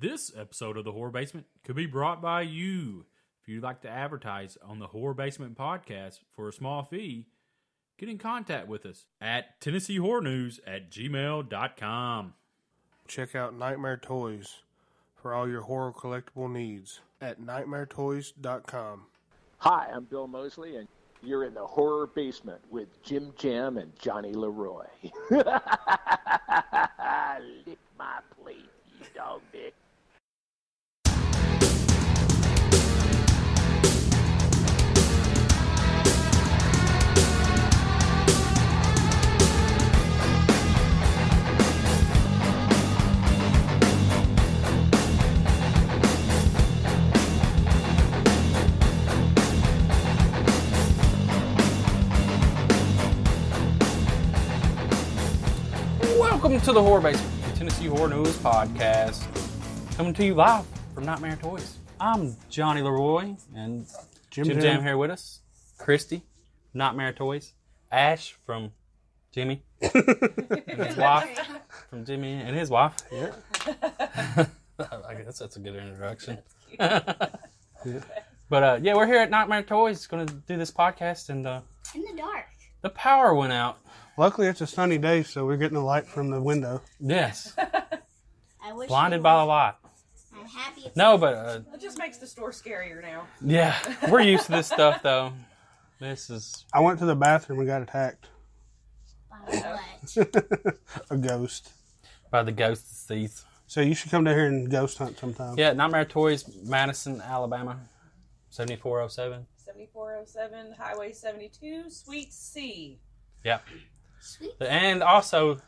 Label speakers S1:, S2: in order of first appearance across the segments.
S1: This episode of the Horror Basement could be brought by you. If you'd like to advertise on the Horror Basement podcast for a small fee, get in contact with us at Tennessee Horror News at gmail.com.
S2: Check out Nightmare Toys for all your horror collectible needs at nightmaretoys.com.
S3: Hi, I'm Bill Mosley, and you're in the horror basement with Jim Jam and Johnny Leroy. Lick my plate, you dog dick.
S4: Welcome to the Horror Basement, the Tennessee Horror News Podcast. Coming to you live from Nightmare Toys. I'm Johnny Leroy and Jim,
S2: Jam.
S4: Jam here with us. Christy, Nightmare Toys. Ash from Jimmy. and his wife from Jimmy and his wife. Yeah. I guess that's a good introduction. But uh, yeah, we're here at Nightmare Toys, going to do this podcast, and uh,
S5: In the dark.
S4: the power went out.
S2: Luckily, it's a sunny day, so we're getting the light from the window.
S4: Yes,
S5: I wish
S4: blinded by the light.
S5: the. I'm happy. It's
S4: No, but uh,
S6: It just makes the store scarier now.
S4: Yeah, we're used to this stuff though. This is
S2: I went to the bathroom and got attacked.
S5: by the light.
S2: a ghost.
S4: by the ghost thief.
S2: So you should come down here and ghost hunt sometime.
S4: Yeah, Nightmare Toys, Madison, Alabama, seventy four oh seven.
S6: 7407 Highway 72, Suite C.
S4: Yeah,
S5: Sweet.
S4: and also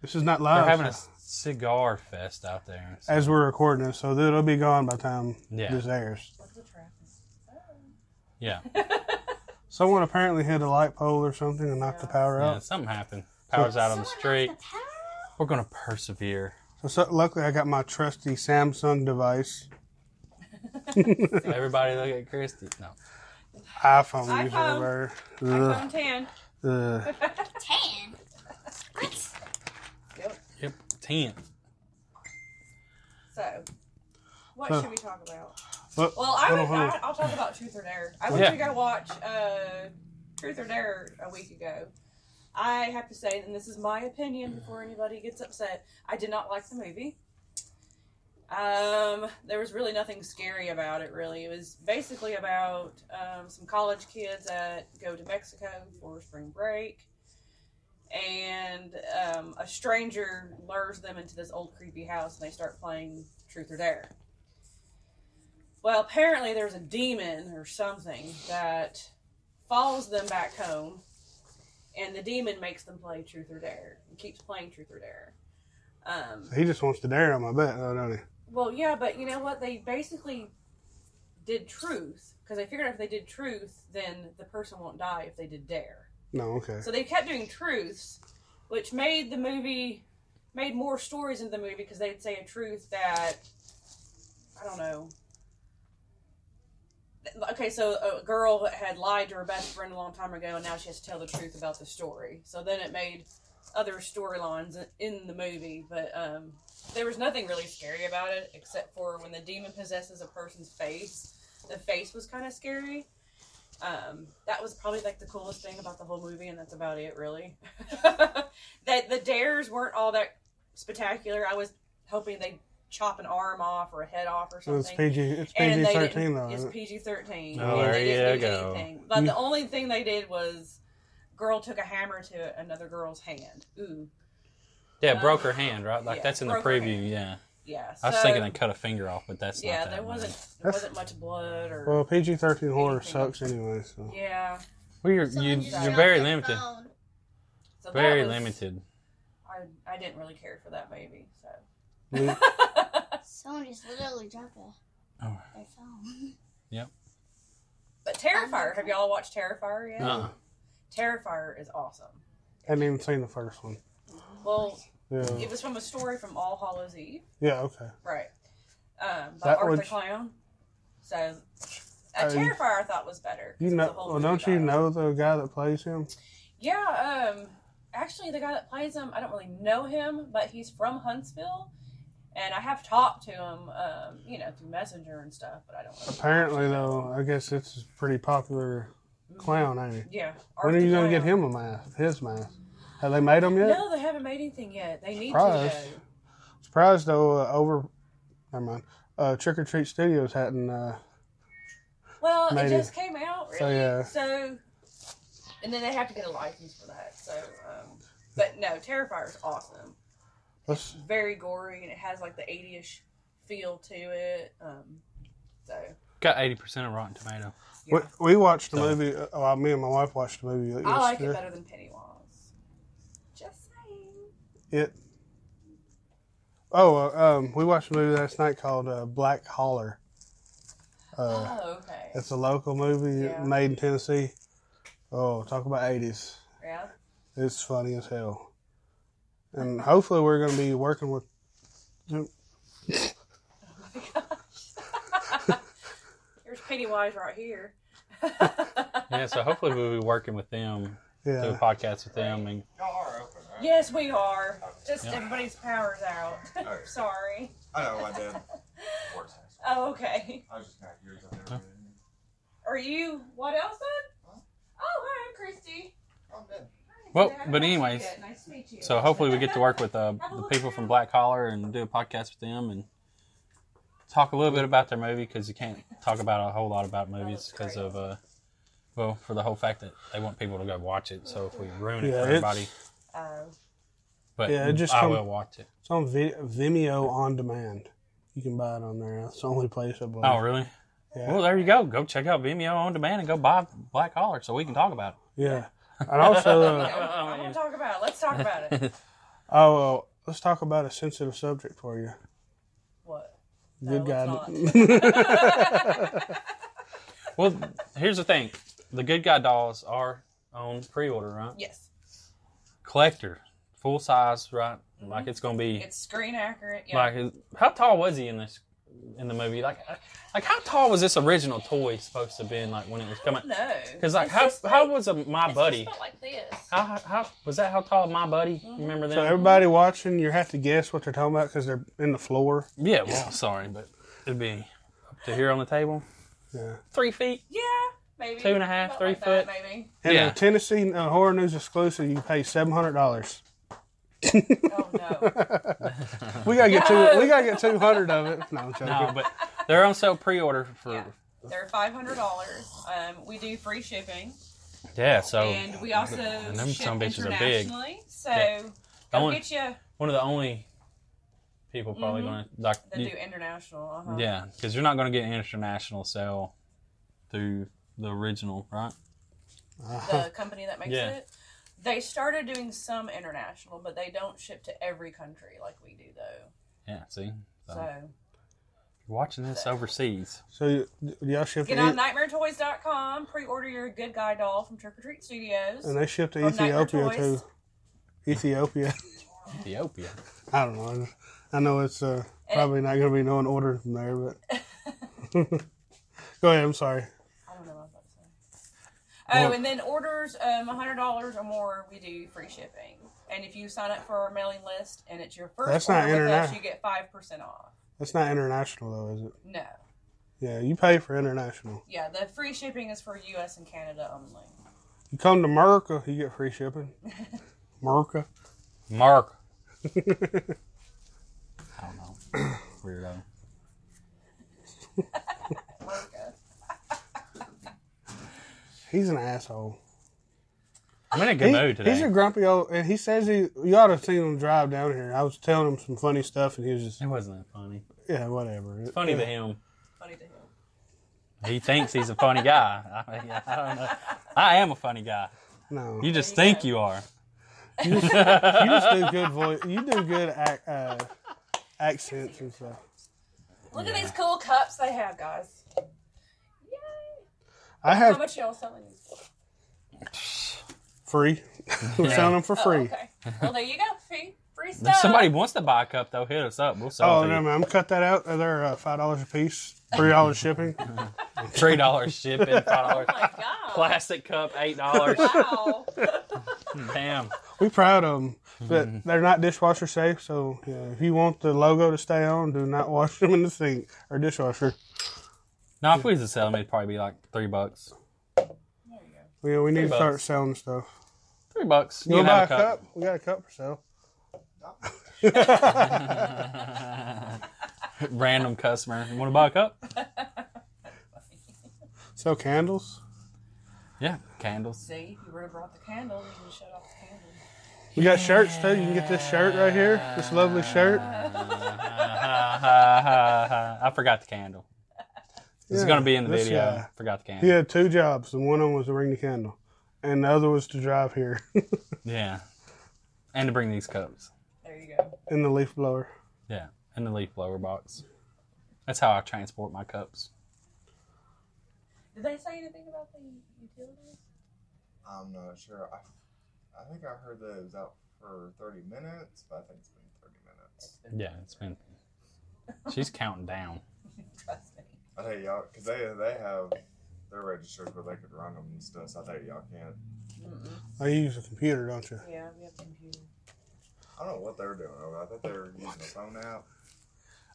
S2: This is not
S4: they're
S2: live.
S4: having a
S2: so-
S4: cigar fest out there. So-
S2: as we're recording this, so it'll be gone by the time
S4: Yeah.
S2: this airs.
S4: yeah,
S2: Someone apparently hit a light pole or something and knocked the power
S4: yeah,
S2: out.
S4: something happened. Power's out on the
S5: Someone
S4: street.
S5: has the power?
S4: We're gonna persevere.
S2: So, so luckily, I got my trusty Samsung device,
S4: Everybody look at Christy. No,
S2: iPhone, user
S6: iPhone.
S2: over.
S6: iPhone 10.
S2: Ugh.
S5: Tan. What?
S4: yep, ten.
S6: So, what
S2: Huh.
S6: should we talk about?
S2: What-
S6: Well, I
S2: what
S6: would,
S2: do I-
S6: I, I'll talk about Truth or Dare. I went
S4: Yeah.
S6: to go watch uh, Truth or Dare a week ago. I have to say, and this is my opinion before anybody gets upset, I did not like the movie. Um, there was really nothing scary about it, really. It was basically about um, some college kids that go to Mexico for spring break. And um, a stranger lures them into this old creepy house, and they start playing Truth or Dare. Well, apparently there's a demon or something that follows them back home, and the demon makes them play Truth or Dare and keeps playing Truth or Dare. Um,
S2: He just wants to dare him, I bet, though, don't he?
S6: well, yeah, but you know what? They basically did truth because they figured out if they did truth, then the person won't die if they did dare.
S2: No, okay.
S6: So they kept doing truths, which made the movie made more stories in the movie because they'd say a truth that I don't know. Okay, so a girl had lied to her best friend a long time ago, and now she has to tell the truth about the story. So then it made other storylines in the movie, but um, there was nothing really scary about it except for when the demon possesses a person's face. The face was kind of scary. Um, that was probably like the coolest thing about the whole movie, and that's about it, really. that the dares weren't all that spectacular. I was hoping they'd chop an arm off or a head off or
S2: So it's
S6: something.
S2: PG. It's
S6: And
S2: PG
S6: they
S2: thirteen
S6: didn't-
S2: though.
S6: It's
S2: Isn't it? Mm.
S6: PG thirteen.
S4: Oh,
S6: and
S4: there
S6: they didn't
S4: you
S6: do
S4: go.
S6: anything. But the only thing they did was, girl took a hammer to another girl's hand. Ooh,
S4: Yeah, broke her hand, right? Like
S6: Yeah,
S4: that's in the
S6: broke her
S4: preview. Yeah,
S6: yeah. So,
S4: I was thinking they cut a finger off, but that's
S6: yeah,
S4: not that.
S6: there wasn't there
S2: That's-
S6: wasn't much blood or
S2: Well, PG thirteen horror
S6: Anything.
S2: sucks anyway. So
S6: yeah.
S4: We're, you,
S5: Someone just
S4: you're
S5: dropped
S4: very
S5: their
S4: limited.
S5: phone.
S6: So that
S4: Very
S6: was-
S4: limited.
S6: I, I didn't really care for that movie. So
S2: Le-
S5: Someone just literally dropped a,
S4: Oh.
S5: their phone.
S6: but Terrifier, have y'all watched Terrifier yet?
S4: Uh-uh.
S6: Terrifier is awesome.
S2: hadn't even seen the first one.
S6: Well,
S2: Yeah.
S6: it was from a story from All Hallows Eve.
S2: Yeah. Okay.
S6: Right. Um, by
S2: That
S6: Arthur
S2: would-
S6: Clown. So, a
S2: I-
S6: Terrifier I thought was better. 'cause
S2: You
S6: it was
S2: know?
S6: a whole
S2: Well,
S6: movie
S2: don't you
S6: about it.
S2: know the guy that plays him?
S6: Yeah. Um. Actually, the guy that plays him, I don't really know him, but he's from Huntsville, And I have talked to him, um, you know, through Messenger and stuff, but I don't. know.
S2: Apparently, though, I guess it's a pretty popular clown, ain't he?
S6: Yeah.
S2: When are
S6: Arthur
S2: you gonna get
S6: Brown.
S2: him a mask? His mask? Have they made him yet?
S6: No, they haven't made anything yet. They need to.
S2: Surprised.
S6: Though.
S2: Surprised though. Uh, over, never mind. Uh, Trick or Treat Studios hadn't. Uh,
S6: Well,
S2: Made
S6: it
S2: it.
S6: just came out, really.
S2: So, yeah.
S6: So- and then they have to get a license for that. So, um, but no, Terrifier is awesome.
S2: let's
S6: Very gory, and it has like the 80ish feel to it. Um, so,
S4: Got eighty percent of Rotten Tomato.
S6: yeah.
S2: we, we watched the
S4: So-
S2: movie. Uh, well, me and my wife watched the movie.
S6: I like it
S2: yesterday.
S6: better than Pennywise. Just saying.
S2: It. Oh, uh, um, we watched a movie last night called uh, Black Holler. Uh,
S6: oh, okay.
S2: It's a local movie
S6: Yeah.
S2: made in Tennessee. Oh, talk about eighties.
S6: Yeah.
S2: It's funny as hell. And hopefully, we're going to be working with.
S6: There's Pennywise right here.
S4: Yeah, so hopefully we'll be working with them, do a
S2: Yeah,
S4: podcast with them, and
S7: Y'all are open, right?
S6: Yes, we are. Just
S4: Yeah.
S6: everybody's power's out.
S7: Alright.
S6: Sorry.
S7: Oh, I know, I did. Of course.
S6: Oh, okay.
S7: I was just kind of curious. I've never been in.
S6: Are you what else then? Oh, hi, I'm Christy.
S7: I'm dead.
S4: Well,
S6: Hi,
S4: but
S6: nice to meet
S4: anyways,
S6: you. nice to meet you.
S4: so hopefully we get to work with uh, the people from Black Collar and do a podcast with them and talk a little bit about their movie because you can't talk about a whole lot about movies
S6: that's
S4: because of uh, well, for the whole fact that they want people to go watch it. So if we ruin it
S2: Yeah, it's-
S4: for everybody,
S7: Uh,
S6: Um,
S4: but
S2: Yeah, it just
S4: I
S2: come-
S4: will watch it.
S2: it's on Vi- Vimeo on demand. You can buy it on there. That's the only place I believe.
S4: Oh, really?
S2: Yeah.
S4: Well, there you go. Go check out Vimeo on demand and go buy Black Collar so we can talk about it.
S2: Yeah, and also, uh,
S6: I want to talk about it. Let's talk about it.
S2: oh, uh, let's talk about a sensitive subject for you.
S6: What?
S2: Good
S6: No,
S2: God,
S4: Well, here's the thing: the Good Guy dolls are on pre-order, right?
S6: Yes.
S4: Collector, full size, right? Like it's gonna be
S6: It's screen accurate. Mm-hmm. Yeah.
S4: like is- how tall was he in this in the movie? Like, uh, like how tall was this original toy supposed to have been? Like when it was coming?
S6: no.
S4: Because like
S6: It's
S4: how
S6: just
S4: how
S6: like-
S4: was a, my
S6: it's
S4: buddy?
S6: Just about like Mm-hmm. this.
S4: How, how, how was that? How tall my buddy? You Remember that?
S2: so everybody watching, you have to guess what they're talking about because they're in the floor.
S4: yeah. Well, sorry, but it'd be up to here on the table.
S2: Yeah,
S4: Three feet.
S6: Yeah. Maybe.
S4: Two and a half,
S6: About
S4: three
S6: like that,
S4: foot.
S6: maybe.
S2: and
S4: Yeah.
S2: a Tennessee uh, horror news exclusive. You pay seven hundred dollars.
S6: Oh no.
S2: We gotta get two. We gotta get two hundred of it. No, I'm joking.
S4: No, Um, but they're on sale pre-order for yeah.
S6: Yeah. They're five hundred dollars. Um, we do free shipping,
S4: so
S6: and we also
S4: Oh. them
S6: ship
S4: some bitches are big.
S6: internationally. So
S4: Yeah.
S6: go
S4: Only-
S6: get you
S4: one of the only people probably
S6: Mhm.
S4: going to like
S6: that do
S4: you-
S6: international. Uh-huh.
S4: yeah because you're not going to get an international sale through the original right
S6: the company that makes
S4: Yeah.
S6: it. They started doing some international, but they don't ship to every country like we do, though.
S4: yeah see so,
S6: So
S4: you're watching this overseas
S2: So you, y'all ship
S6: get
S2: to
S6: on
S2: E-
S6: nightmaretoys.com, pre-order your Good Guy doll from Trick or Treat Studios.
S2: and they ship to
S6: Or Nightmare
S2: Ethiopia too.
S6: Toys.
S2: Ethiopia.
S4: ethiopia
S2: I don't know. I know it's uh,
S6: Eh.
S2: probably not going to be no one order from there, but go ahead. I'm sorry.
S6: I don't know what I was about to say. Oh, and then orders um, $100 or more, we do free shipping. And if you sign up for our mailing list and it's your first
S2: That's not
S6: order with us,
S2: interna-
S6: you get 5% off.
S2: That's not international though, is it?
S6: No.
S2: Yeah, you pay for international.
S6: Yeah, the free shipping is for U.S. and Canada only.
S2: You come to America, you get free shipping. America.
S4: mark i don't know weirdo
S6: America.
S2: He's an asshole.
S4: i'm in a good
S2: He-
S4: mood today
S2: He's a grumpy old, and he says he. You ought to have seen him drive down here. I was telling him some funny stuff, and he was just,
S4: it wasn't that funny
S2: yeah, whatever. It's
S4: funny to him
S6: Funny to him.
S4: he thinks he's a funny guy I, mean, I don't know i am a funny guy
S2: No,
S4: you
S2: you
S4: just
S6: you
S4: think
S6: go.
S4: you are
S2: just do good voice. You do good ac- uh, accents and stuff.
S6: Look at these cool cups they have, guys.
S2: I
S6: How
S2: have
S6: much y'all selling these? for?
S2: free. We're selling them for free.
S6: Oh, okay. Well, there you go. Free, free
S4: if
S6: stuff.
S4: somebody wants to buy a cup though hit us up we'll sell
S2: Oh,
S4: it to
S2: no,
S4: you.
S2: man. I'm cut that out. They're uh, five dollars a piece, three dollars shipping.
S4: three dollars shipping five
S6: Oh
S4: dollars
S6: my god.
S4: plastic cup eight dollars
S6: Wow.
S4: damn
S2: We proud of them, but they're not dishwasher safe. So yeah, if you want the logo to stay on, do not wash them in the sink or dishwasher.
S4: No, if we was to sell them, it'd probably be like three bucks.
S2: Yeah, we need to
S4: bucks.
S2: start selling stuff.
S4: Three bucks.
S2: You want to
S4: can
S2: buy a
S4: have
S2: cup? We got a cup for sale.
S4: Random customer. You want to buy a cup?
S2: Sell candles.
S4: Yeah. Candles.
S6: See, you would have brought the candles and shut off the candles.
S2: We got shirts too. You can get this shirt right here. This lovely shirt.
S4: I forgot the candle. This is
S2: Yeah,
S4: going to be in the
S2: this
S4: video.
S2: guy.
S4: Forgot the candle.
S2: He
S4: Yeah.
S2: had two jobs, and one of them was to ring the candle, and the other was to drive here
S4: And to bring these cups.
S6: There you go.
S2: in the leaf blower.
S4: Yeah. And the leaf blower box. That's how I transport my cups.
S6: Did they say anything about the utilities?
S8: I'm not sure. I, I think I heard that it was out for 30 minutes, but I think it's been 30
S4: Yeah,
S8: minutes.
S4: it's been. She's counting down.
S6: Trust me.
S8: I tell y'all, because they, they have their registers where they could run them and stuff, so I tell y'all can't.
S2: Oh, you use a computer, don't you?
S6: Yeah, we have a computer.
S8: I don't know what they're doing over there. I think they were using a phone app,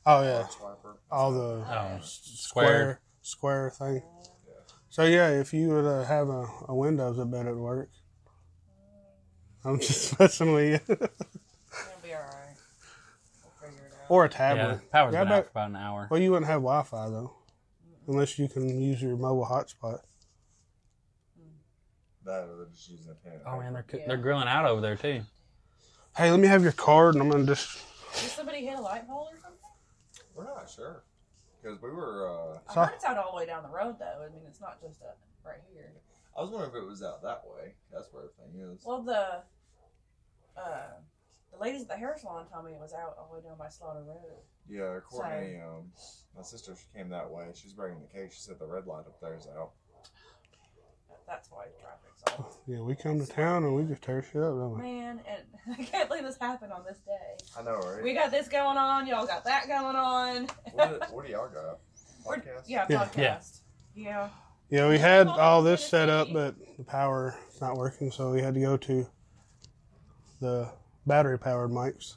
S2: Oh
S8: or a
S2: yeah,
S8: swiper.
S2: all the
S4: Oh,
S2: s-
S4: square.
S2: square thing. So yeah, if you would uh, have a, a Windows, I bet it'd work. I'm just messing with you.
S6: It'll be all right. We'll figure it out.
S2: or a
S4: Yeah,
S2: tablet.
S4: power's
S2: Yeah,
S4: been
S2: but-
S4: out for about an hour.
S2: well, you wouldn't have Wi-Fi though, unless you can use your mobile hotspot.
S8: That or they're just using a pen. and
S4: Oh man,
S8: paper.
S4: they're coo-
S6: Yeah.
S4: they're grilling out over there too.
S2: Hey, let me have your card, and I'm gonna just
S6: Did somebody hit a light pole or something?
S8: We're not sure. Because we were, uh,
S6: I
S2: Sorry.
S6: heard it's out all the way down the road, though. I mean, it's not just up right here.
S8: I was wondering if it was out that way. That's where everything is.
S6: Well, the uh, the ladies at the hair salon told me it was out all the way down by Slaughter Road.
S8: Yeah, Courtney, um, my sister, she came that way. She's bringing the cake. She said the red light up there is out.
S6: That's why traffic's all.
S2: yeah, we come to town and we just tear shit up, don't we?
S6: Man, and I can't believe this happened on this day.
S8: I know, right?
S6: We got this going on. Y'all got that going on.
S8: what, do, what do y'all got?
S6: We're-
S8: Podcast?
S6: Yeah,
S2: Yeah.
S6: podcast. Yeah.
S2: Yeah, we had all this set up, but the power is not working, so we had to go to the battery powered mics.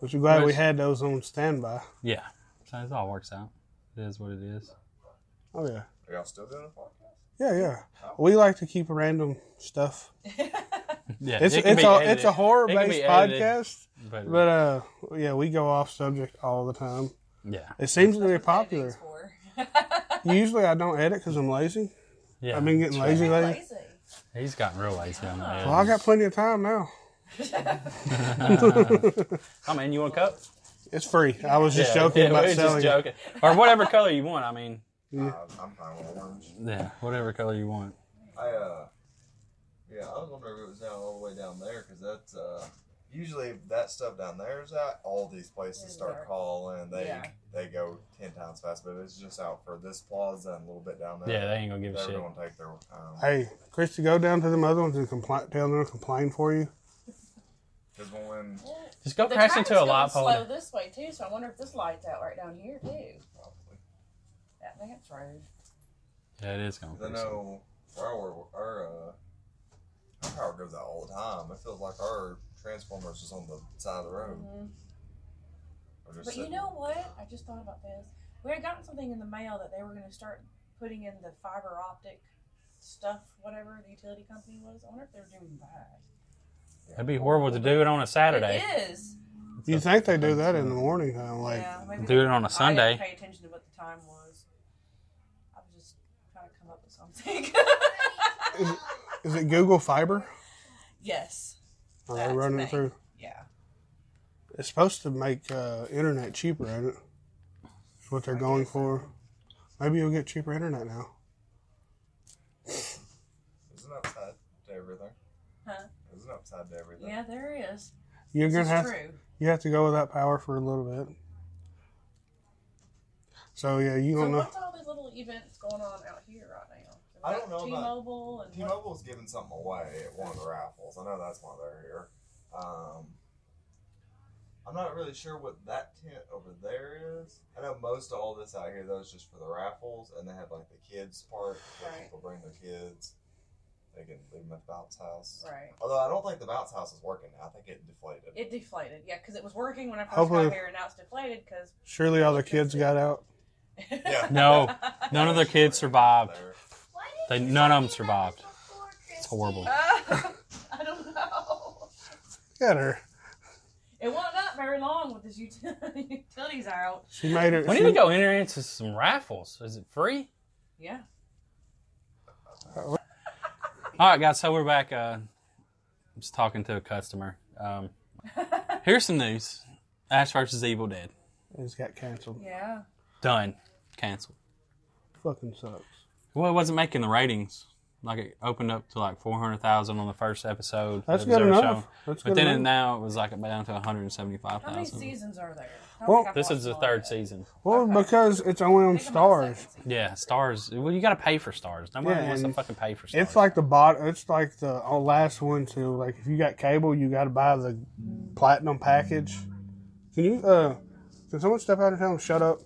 S2: Which we're glad we
S4: Nice.
S2: had those on standby.
S4: Yeah, so it all works out. It is what it is.
S2: Oh yeah,
S8: Are y'all still doing a podcast?
S2: yeah, yeah. We like to keep random stuff.
S4: Yeah,
S2: It's
S4: it can
S2: it's
S4: be
S2: a
S4: edited.
S2: it's a horror based
S4: It can be edited,
S2: podcast,
S4: but,
S2: but uh, yeah, we go off subject all the time.
S4: yeah,
S2: It seems to be
S6: Editing's
S2: popular.
S6: for.
S2: Usually, I don't edit because I'm lazy.
S4: yeah.
S2: I've been getting lazy lately.
S6: Lazy.
S4: He's gotten real lazy on that.
S2: Well, I got plenty of time now.
S4: I mean, you want a cup?
S2: It's free. I was just joking
S4: yeah,
S2: about
S4: we were
S2: selling.
S4: just
S2: it.
S4: joking, or whatever color you want. I mean,
S8: Uh, I'm fine with orange.
S4: yeah, whatever color you want.
S8: I, uh, yeah, I was wondering if it was out all the way down there because that's, uh, usually if that stuff down there is out, all these places
S6: It's
S8: start
S6: dark.
S8: calling. They
S6: Yeah.
S8: they go 10 times fast, but it's just out for this plaza and a little bit down there.
S4: Yeah, they ain't gonna give a
S8: They're
S4: shit.
S8: going to take their um, time.
S2: Hey, Christy, go down to them other ones and compli tell them to complain for you.
S8: Because when, when
S4: Just go
S6: The
S4: crash into a light
S6: traffic's going
S4: pole.
S6: Slow this way too, so I wonder if this light's out right down here too.
S8: probably,
S6: That that's road.
S4: Yeah, it is gonna.
S8: 'Cause I
S4: be slow.
S8: know our, our, uh, our power goes out all the time. It feels like our transformer's just on the side of the road. Or just
S6: Mm-hmm. But you
S8: sitting-
S6: know what? I just thought about this. We had gotten something in the mail that they were going to start putting in the fiber optic stuff, whatever the utility company was. I wonder if they're doing that.
S4: That'd be horrible to do it on a Saturday.
S6: It is.
S2: You think they do that in the morning? Huh? Like,
S6: yeah, maybe
S4: do it on a
S6: I
S4: Sunday.
S6: didn't pay attention to what the time was. I was just trying to come up with something.
S2: is it Google Fiber?
S6: yes.
S2: Are
S6: That's
S2: they running
S6: the
S2: it through?
S6: Yeah.
S2: It's supposed to make uh, internet cheaper, ain't it? That's what they're going for. Maybe you'll get cheaper internet now.
S8: It's an upside to everything.
S6: Huh?
S8: It's an upside to everything.
S6: Yeah, there is.
S2: You're
S6: This
S2: gonna
S6: is
S2: have
S6: true.
S2: you have to go without power for a little bit. So yeah, you
S6: So
S2: don't know.
S6: what's all these little events going on out here right now?
S8: I don't know about-
S6: T-Mobile and what-
S8: T-Mobile's giving something away at one of the raffles. I know that's why they're here. Um, I'm not really sure what that tent over there is. I know most of all this out here, though, is just for the raffles, and they have like the kids part where
S6: Right.
S8: people bring their kids. They can leave them at the bounce house.
S6: Right.
S8: Although I don't think the bounce house is working. now. I think it deflated.
S6: It deflated, yeah, because it was working when I first
S2: Hopefully-
S6: got here, and now it's deflated because.
S2: Surely all the kids got out.
S8: Yeah.
S4: No. None of their kids survived.
S8: There.
S5: Why
S4: They-
S5: didn't you
S4: none
S5: tell
S4: of
S5: me
S4: 'em
S5: about
S4: survived.
S5: this before, Christy?
S4: horrible.
S6: Ah, I don't know.
S2: Got her.
S6: It went up very long with this utility, utilities out.
S2: She made her.
S4: We
S2: she-
S4: need to go in there into some raffles. Is it free?
S6: Yeah.
S4: All right, guys. So we're back. Uh, just talking to a customer. Um, here's some news: Ash versus Evil Dead
S2: It's got canceled.
S6: Yeah.
S4: done, canceled.
S2: Fucking sucks.
S4: Well, it wasn't making the ratings. Like it opened up to like four hundred thousand on the first episode.
S2: That's
S4: that was
S2: good
S4: ever
S2: enough.
S4: shown.
S2: That's
S4: But
S2: good
S4: then
S2: enough.
S4: it, now it was like down to one hundred seventy-five
S6: How many
S4: thousand.
S6: seasons are there? I don't
S2: Well,
S6: think I've
S4: This is
S6: watched
S4: the
S6: all
S4: third
S6: of it.
S4: season.
S2: well, because it's only on
S6: I think I'm on the
S2: Stars.
S6: second season.
S4: Yeah, stars. Well, you got to pay for stars. Nobody
S2: Yeah,
S4: wants to
S2: and
S4: fucking pay for stars.
S2: It's like the bot. It's like the uh, last one too. Like if you got cable, you got to buy the platinum package. Can you? uh Can someone step out of town? and Shut up.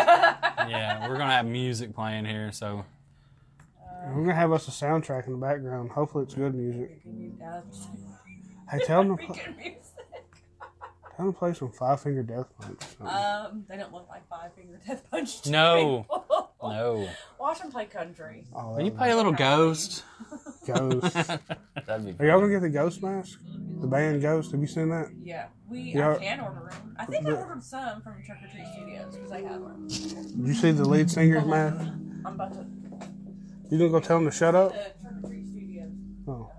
S4: yeah, we're gonna have music playing here, so
S2: We're gonna have us a soundtrack in the background. Hopefully, it's good music.
S6: Freaking mu- uh,
S2: Hey, tell them to, pl-
S6: freaking music.
S2: tell them to play some Five Finger Death Punch. or something.
S6: Um, they don't look like Five Finger Death Punch. to
S4: No.
S6: people.
S4: no.
S6: Watch them play country.
S2: Oh,
S4: Will you
S2: that
S4: play a little ghost?
S2: Ghost.
S4: That'd be.
S2: Are y'all gonna get the Ghost mask? The band Ghost. Have you seen that?
S6: Yeah, we
S2: Yeah.
S6: I can order them. I think I
S2: Yeah.
S6: ordered some from Trick or Treat Studios because I have them.
S2: Did you see the lead singer's mask?
S6: I'm about to
S2: You gonna go tell him to shut up?
S6: uh, Trick or Treat Studios.
S2: Oh.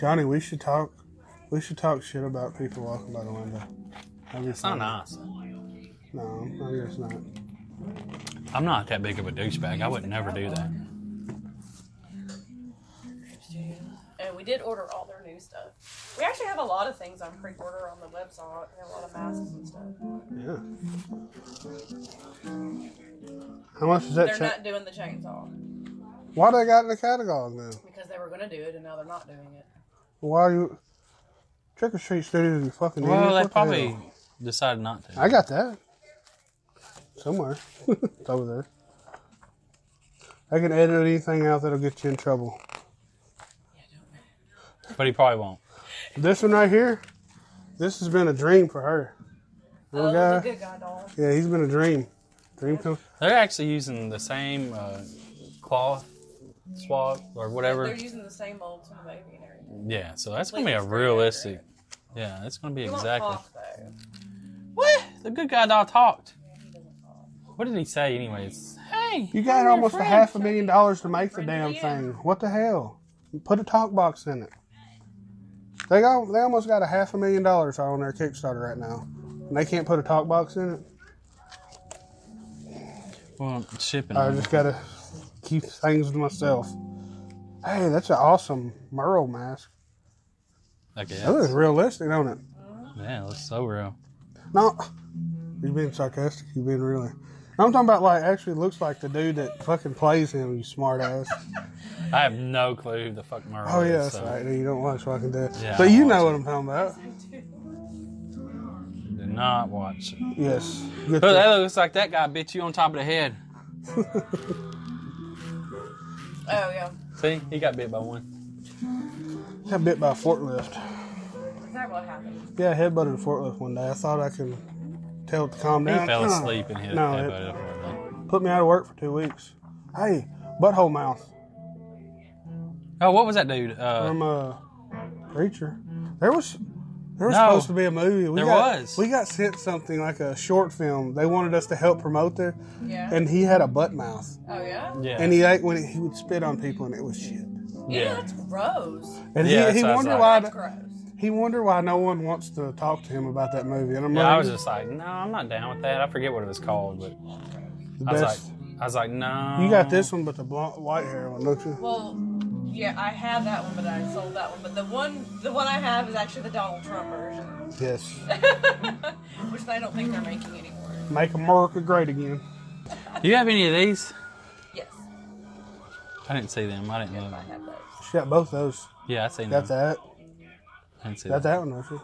S2: Johnny, we should talk. We should talk shit about people walking by the window. That'd be
S4: It's
S2: fun.
S4: not nice.
S2: No, I guess not.
S4: I'm not that big of a douchebag. I would never do that.
S6: And we did order all their new stuff. We actually have a lot of things on pre-order on the website. We have a lot of masks and stuff.
S2: Yeah. How much is that?
S6: They're
S2: cha-
S6: not doing the chainsaw
S2: Why they got in the catalog then?
S6: because they were going to do it and now they're not doing it.
S2: Why are you? Trick or Treat Studios, you fucking
S4: Well,
S2: idiots.
S4: they
S2: What the
S4: probably
S2: hell?
S4: decided not to.
S2: I got that. Somewhere. it's over there. I can edit anything out that'll get you in trouble.
S4: But he probably won't.
S2: This one right here, this has been a dream for her. Little
S6: Oh,
S2: guy.
S6: the good guy doll.
S2: Yeah, he's been a dream. Dream come.
S4: They're actually using the same uh, cloth swab or
S6: They're
S4: whatever.
S6: using the same molds from the movie and everything.
S4: Yeah, so that's gonna be
S6: Like,
S4: a
S6: it's very
S4: realistic. Yeah, it's gonna be
S6: He
S4: exactly.
S6: won't talk though.
S4: What? The good guy doll talked.
S6: He doesn't talk.
S4: What did he say, anyways? Hey,
S2: You
S4: I'm
S2: got
S4: your
S2: almost a
S4: friend.
S2: half a million dollars to make the
S6: Friend
S2: damn
S6: of the
S2: thing. What the hell? Put a talk box in it. They got they almost got a half a million dollars on their Kickstarter right now, and they can't put a talk box in it.
S4: Well, shipping.
S2: I just gotta keep things to myself. Hey, that's an awesome Merle mask.
S4: I guess.
S2: That looks realistic, don't it?
S4: Yeah, it looks so real.
S2: No, you being sarcastic. You being really. I'm talking about like actually looks like the dude that fucking plays him. You smart ass.
S4: I have no clue who the fuck Murray
S2: Oh
S4: is.
S2: yeah, that's
S4: so
S2: right. You don't watch Walking Dead,
S4: Yeah,
S2: but
S4: I
S2: you
S4: watch
S2: know what I'm talking about.
S4: Did not watch it.
S2: Yes. Good
S4: But
S2: thing.
S4: that looks like that guy bit you on top of the head.
S6: Oh yeah.
S4: See, he got bit by one.
S2: Got bit by a forklift.
S6: Is that what happened?
S2: Yeah, I headbutted a forklift one day. I thought I could tell it to calm
S4: He
S2: down.
S4: fell
S2: Uh,
S4: asleep and hit
S2: No,
S4: his head
S2: it-
S4: by the forklift.
S2: Put me out of work for two weeks. Hey, butthole mouth
S4: Oh, what was that dude? Uh,
S2: from uh, Preacher. There was there was
S4: No.
S2: supposed to be a movie. We
S4: There
S2: got,
S4: was.
S2: We got sent something like a short film. They wanted us to help promote there,
S6: Yeah.
S2: and he had a butt mouth,
S6: oh yeah.
S4: yeah.
S2: and he like when he, he would spit on people, and it was shit.
S6: Yeah,
S4: Yeah.
S6: that's gross.
S2: And
S4: Yeah,
S2: he, he
S4: so I was
S2: wondered
S4: like-
S2: why
S6: That's gross.
S2: he wondered why no one wants to talk to him about that movie. And I'm
S4: yeah,
S2: like,
S4: I was just like, no, I'm not down with that. I forget what it was called, but
S2: the
S4: I was
S2: best.
S4: like, "Uh-huh." I was like, no.
S2: You got this one, but the blonde, white hair one, don't you?
S6: Well, yeah, I have that one, but I sold that one. But the one, the one I have is actually the Donald Trump version,
S2: Yes.
S6: which I don't think they're making anymore.
S2: Make America great again.
S4: Do you have any of these?
S6: Yes,
S4: I didn't see them. I didn't know
S6: I
S4: them.
S6: have those.
S2: She got both those.
S4: Yeah, I seen
S2: Got
S4: them.
S2: that.
S4: I didn't see
S2: Got
S4: them.
S2: that one, don't you?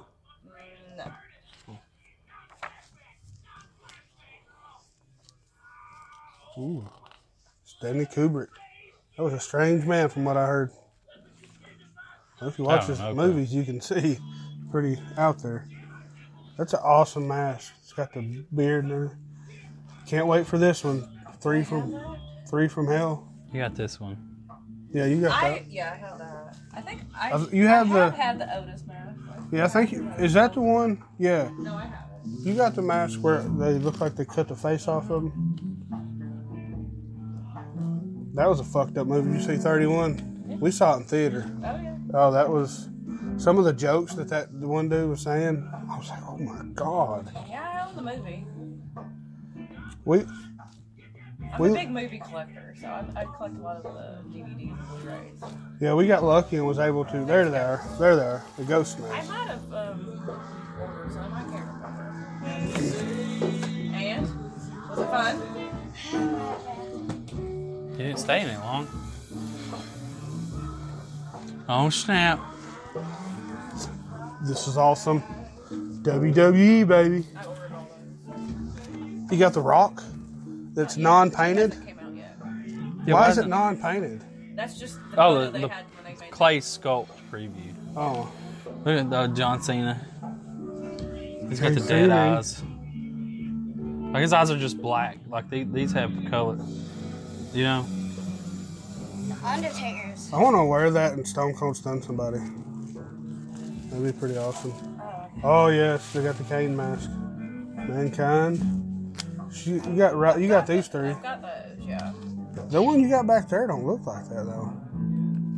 S6: No.
S2: Ooh. Stanley Kubrick.
S9: That was a strange man, from what I heard. If you watch
S4: Oh,
S9: his
S4: okay.
S9: movies, you can see pretty out there. That's an awesome mask. It's got the beard and everything. Can't wait for this one. Three from three from hell.
S4: You got this one.
S9: Yeah, you got that.
S6: I yeah, I have that. I think I
S9: Uh, you
S6: I
S9: have the-
S6: had the Otis mask.
S9: Yeah, I think you, is that the one? Yeah,
S6: No, I haven't.
S9: you got the mask where they look like they cut the face off of them. That was a fucked up movie. You see, Thirty One. We saw it in theater.
S6: Oh yeah.
S9: Oh, that was some of the jokes that that one dude was saying. I was like, oh my god.
S6: Yeah, I own the movie.
S9: We
S6: I'm
S9: We-
S6: a big movie collector, so I, I collect a lot of the DVDs and Blu-rays.
S9: yeah, we got lucky and was able to. There they are. There they are. The ghost
S6: I
S9: mask.
S6: might have um, ordered some. I can't remember. And was it fun?
S4: You didn't stay in it long. Oh snap!
S9: This is awesome. WWE baby.
S6: I ordered all those.
S9: You got the Rock. That's non-painted.
S6: It came out yet.
S4: Yeah,
S9: Why
S4: why
S9: is it
S4: isn't-
S9: non-painted?
S6: That's just the
S4: Oh,
S6: photo
S4: the-
S6: they
S4: the
S6: had when they made
S4: Clay sculpt preview.
S9: Oh,
S4: Look at uh, John Cena. He's got the
S9: Hey,
S4: dead
S9: Cena.
S4: eyes. Like his eyes are just black. Like they, these have color. You know.
S5: Undertakers.
S9: I want to wear that and Stone Cold stun somebody. That'd be pretty awesome. Oh yes, they got the cane mask. Mankind. She, you got right. You got these three.
S6: I've got those, yeah.
S9: The one you got back there don't look like that though.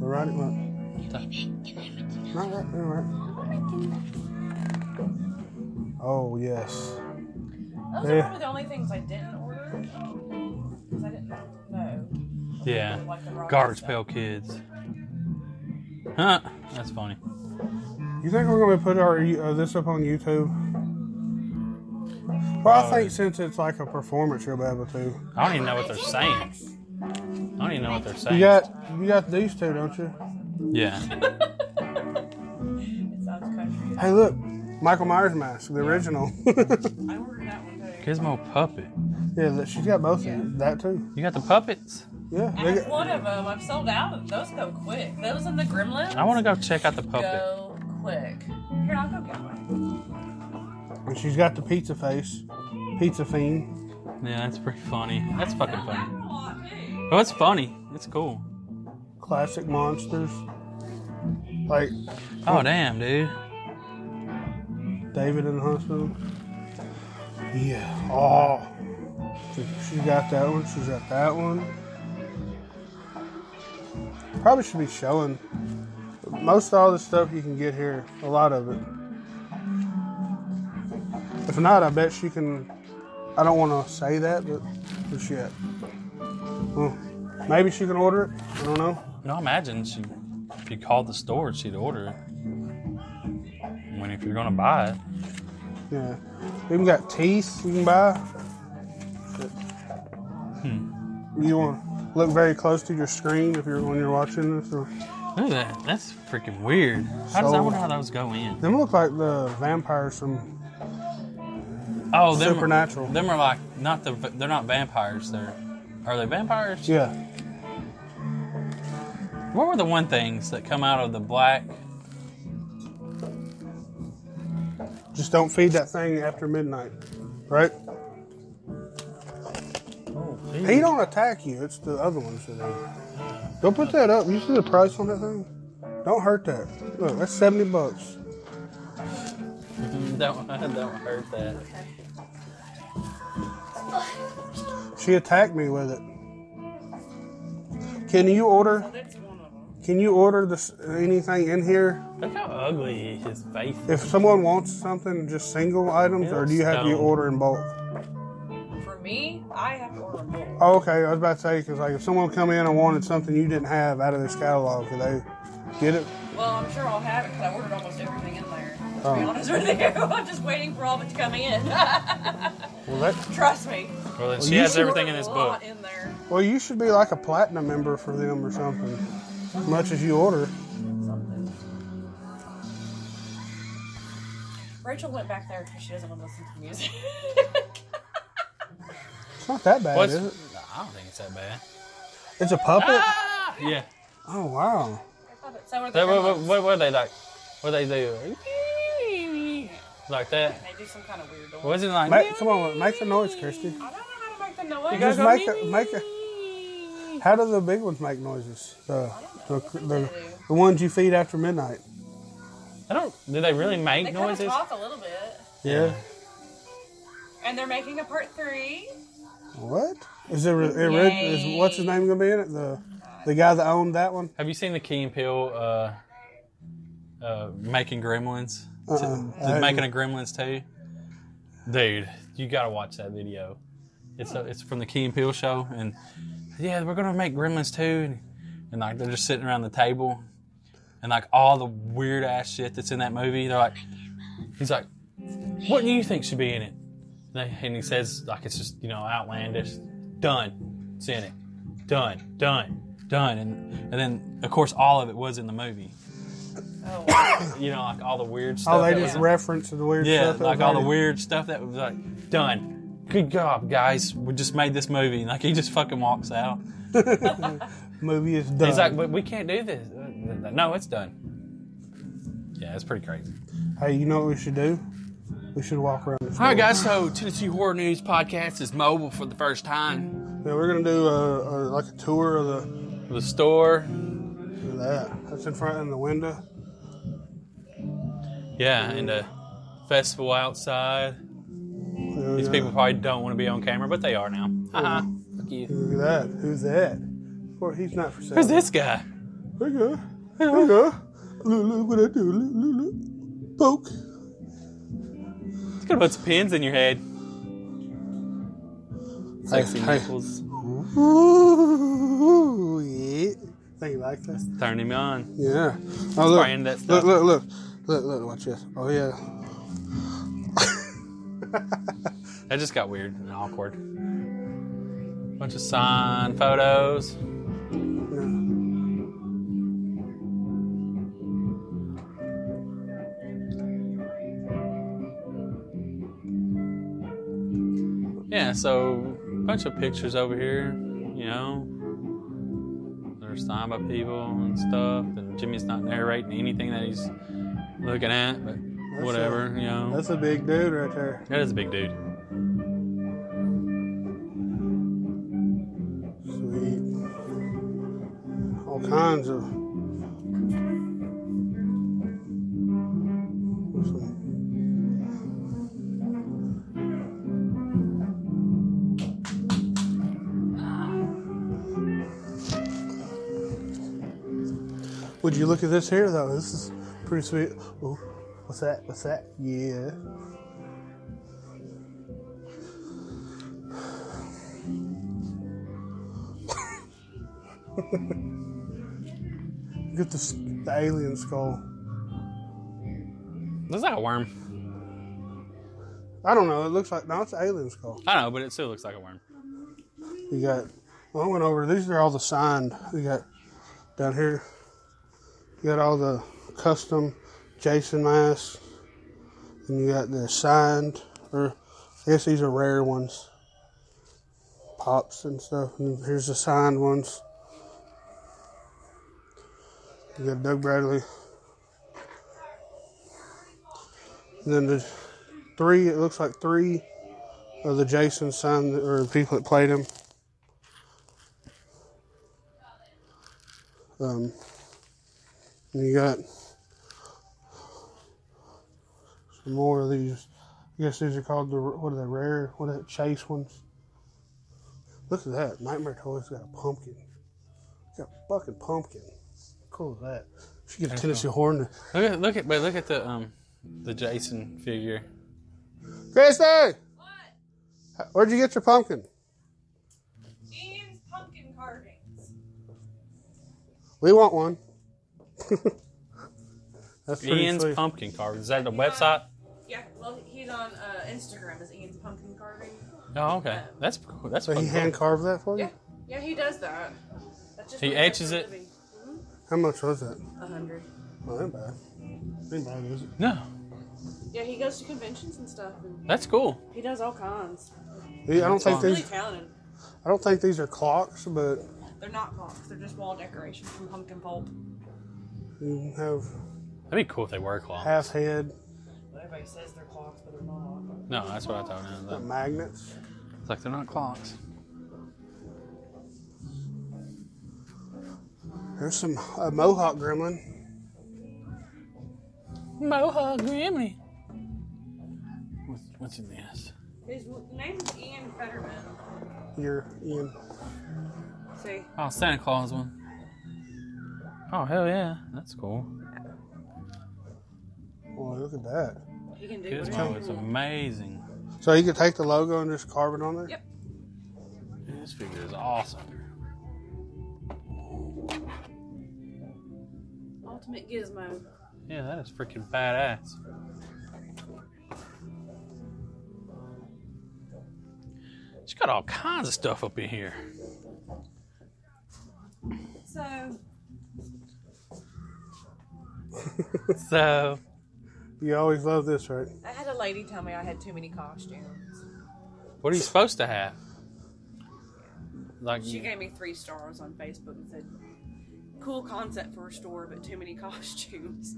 S9: The right one. Not right, not right. Oh yes.
S6: Those
S9: Yeah.
S6: are probably the only things I didn't order. Because I didn't know.
S4: Yeah.
S6: Like the rock
S4: Garbage
S6: stuff.
S4: Pail Kids. Huh? That's funny.
S9: You think we're gonna put our uh, this up on YouTube? Well, I think since it's like a performance, you'll be able to.
S4: I don't even know what they're saying. I don't even know what they're saying.
S9: You got you got these two, don't you?
S4: yeah.
S6: It sounds country.
S9: Hey, look, Michael Myers mask, the original.
S6: I ordered that one too.
S4: Gizmo puppet.
S9: yeah, that- she's got both of that too.
S4: You got the puppets.
S9: Yeah,
S6: I
S9: they
S6: have
S9: got,
S6: one of them. I've sold out of those. Go quick. Those and the Gremlins.
S4: I want to go check out the puppet.
S6: go quick. Here, I'll go get one.
S9: and she's got the pizza face, pizza fiend.
S4: Yeah, that's pretty funny. That's fucking funny.
S6: A lot too.
S4: Oh, it's funny. It's cool.
S9: Classic monsters, like
S4: Oh damn, dude.
S9: David in the hospital. Yeah. Oh, she got that one. She's got that one. Probably should be showing. Most of all the stuff you can get here, a lot of it. If not, I bet she can. I don't want to say that, but but shit. Well, maybe she can order it. I don't know.
S4: No, imagine she, if you called the store, she'd order it. I mean, if you're gonna buy it,
S9: Yeah. We even got teeth you can buy. Shit. You want to look very close to your screen if you're when you're watching this. Or,
S4: look at that. That's freaking weird. How does I
S9: So-
S4: wonder how those go in?
S9: them look like the vampires from.
S4: Oh, them,
S9: Supernatural.
S4: Them are like not the. They're not vampires. They're are they vampires?
S9: Yeah.
S4: What were the one things that come out of the black?
S9: Just don't feed that thing after midnight, right?
S4: Oh,
S9: He don't attack you. It's the other ones that do. Don't put that up. You see the price on that thing? Don't hurt that. Look, that's seventy bucks.
S4: don't don't hurt that.
S9: She attacked me with it. Can you order?
S6: That's one of them.
S9: Can you order this anything in here
S4: Look how ugly his face. is.
S9: If someone wants something, just single items, or do you have to
S4: Stone.
S9: order in bulk?
S6: For me, I have to order more.
S9: Oh, okay, I was about to say because like if someone come in and wanted something you didn't have out of this catalog, could they get it?
S6: Well, I'm sure I'll have it because I ordered almost everything in there. To be
S9: Oh.
S6: honest with you, I'm just waiting for all of it to come in.
S9: Well, that
S6: Trust me.
S4: Well, then she
S9: you
S4: has
S9: should-
S4: everything in
S6: Ordered
S4: this
S6: a
S4: book.
S6: lot in there.
S9: well, you should be like a platinum member for them or something. As much as you order,
S6: Something. Rachel went back there because she doesn't want to listen to music.
S9: it's not that bad,
S4: What's,
S9: is it?
S4: I don't think it's that bad.
S9: It's a puppet.
S4: Ah! Yeah.
S9: Oh wow.
S6: So were the
S4: They, what,
S6: gremlins.
S4: what, what were they like? What they do? Like that?
S6: They do some kind of weird noise.
S4: Was it like?
S9: Make, come on, make the noise, Christy.
S6: I don't know how to make the noise.
S4: You gotta
S9: Just
S4: go,
S9: make a, make a. How do the big ones make noises? The the, the, the ones you feed after midnight.
S4: I don't. Do they really
S6: They
S4: make
S6: kind of
S4: noises?
S6: talk a little bit.
S9: Yeah.
S6: And they're making a part three.
S9: What is it? it rid- is, what's his name gonna be in it? The the guy that owned that one.
S4: Have you seen the Key and Peele uh, uh, making Gremlins?
S9: Uh-uh.
S4: Did
S9: I
S4: making a
S9: hadn't-
S4: Gremlins too? Dude, you gotta watch that video. It's a, it's from the Key and Peele show, and yeah, we're gonna make Gremlins too, and, and like they're just sitting around the table, and like all the weird ass shit that's in that movie. They're like, he's like, what do you think should be in it? And he- and he says like it's just you know outlandish. Done, it's in it. Done, done, done, and and then of course all of it was in the movie.
S6: Oh, wow.
S4: You know, like all the weird stuff.
S9: Oh, they
S4: that
S9: just
S4: was-
S9: referenced the weird
S4: yeah,
S9: stuff. that
S4: like
S9: was
S4: all the
S9: made.
S4: weird stuff that was like done. Good job, guys. We just made this movie. And, Like he just fucking walks out.
S9: movie is done.
S4: He's like, "But we can't do this. Uh, No, it's done. Yeah, it's pretty crazy.
S9: hey, you know what we should do? We should walk around. The
S4: All right, guys. So Tennessee Horror News podcast is mobile for the first time.
S9: Yeah, we're gonna do a, a, like a tour of the
S4: The store.
S9: of that. That's in front in the window.
S4: Yeah, and a festival outside.
S9: Yeah,
S4: These
S9: yeah.
S4: people probably don't want to be on camera, but they are now. Uh-huh. Fuck you.
S9: Look at that. Who's that? Well, he's not for sale.
S4: Who's this guy?
S9: There you go. There you go. Look, look what I do. Look, look, look. Poke.
S4: He's got a bunch of pins in your head. Sexy
S9: Hey, hey.
S4: nipples.
S9: Ooh, yeah. Think you like that?
S4: Turn him on.
S9: Yeah. Oh, look.
S4: Brian, that's
S9: look,
S4: the-
S9: look, look. Look, look, watch this. Oh, yeah.
S4: That just got weird and awkward. Bunch of sign photos.
S9: yeah.
S4: Yeah, so bunch of pictures over here, you know. They're signed by people and stuff, and Jimmy's not narrating anything that he's looking at, but whatever, you know.
S9: That's a big dude right there.
S4: That is a big dude.
S9: Sweet. All kinds of. What's that? Would you look at this here though? This is pretty sweet. Ooh, what's that? What's that? Yeah. Look at the, s- the alien skull.
S4: Looks like a worm.
S9: I don't know. It looks like no, it's an alien skull.
S4: I don't know, but it still looks like a worm.
S9: We got. Well, I went over. These are all the signed. We got down here. You got all the custom Jason masks, and you got the signed. Or I guess these are rare ones. Pops and stuff. And here's the signed ones. You got Doug Bradley. And then the three. It looks like three of the Jason signed or the people that played him. Um, and you got some more of these. I guess these are called the what are they rare? What are they, chase ones? Look at that! Nightmare Toys got a pumpkin. Got a fucking pumpkin. Cool as that. She get a Tennessee horn.
S4: Look at look at but look at the um the Jason figure.
S9: Christy, what? Where'd you get your pumpkin?
S6: Ian's pumpkin carvings.
S9: We want one. That's pretty
S4: Ian's
S9: sweet.
S4: pumpkin carving. Is that the website?
S6: Yeah, well, he's on uh, Instagram as Ian's pumpkin carving.
S4: Oh, okay. That's cool. That's
S9: so he
S4: fucking cool.
S9: hand carved that for you?
S6: Yeah, yeah, he does that. That's just
S4: He
S6: what does
S4: etches
S6: for a
S4: it?
S6: living.
S9: How much was that?
S6: A hundred.
S9: Well, ain't bad. Ain't bad, is it?
S4: No,
S6: Yeah, he goes to conventions and stuff, and
S4: that's cool.
S6: he does all kinds.
S9: Yeah, I don't think
S6: Really
S9: these.
S6: talented.
S9: I don't think these are clocks, but
S6: They're not conchs. They're just wall decorations from pumpkin pulp.
S9: You have
S4: That'd be cool if they were claws.
S9: half head
S10: Everybody says they're clogs, but they're not.
S4: No, that's what I thought. man.
S9: uh, magnets.
S4: It's like they're not clogs.
S9: There's some a mohawk gremlin.
S4: Mohawk Grammy. What's, what's in this?
S6: His w- name's Ian Fetterman.
S9: You're in.
S6: See,
S4: Oh, Santa Claus one. Oh, hell yeah. That's cool.
S9: Boy, Oh, look at that.
S6: he can do whatever.
S4: Gizmo is amazing.
S9: So you could take the logo and just carve it on there.
S6: Yep.
S4: This figure is awesome.
S6: Ultimate Gizmo.
S4: Yeah, that is freaking badass. She's got all kinds of stuff up in here.
S6: So
S4: So,
S9: You always love this, right?
S6: I had a lady tell me I had too many costumes.
S4: what are you supposed to have? Like,
S6: She gave me three stars on Facebook and said, "Cool concept for a store, but too many costumes."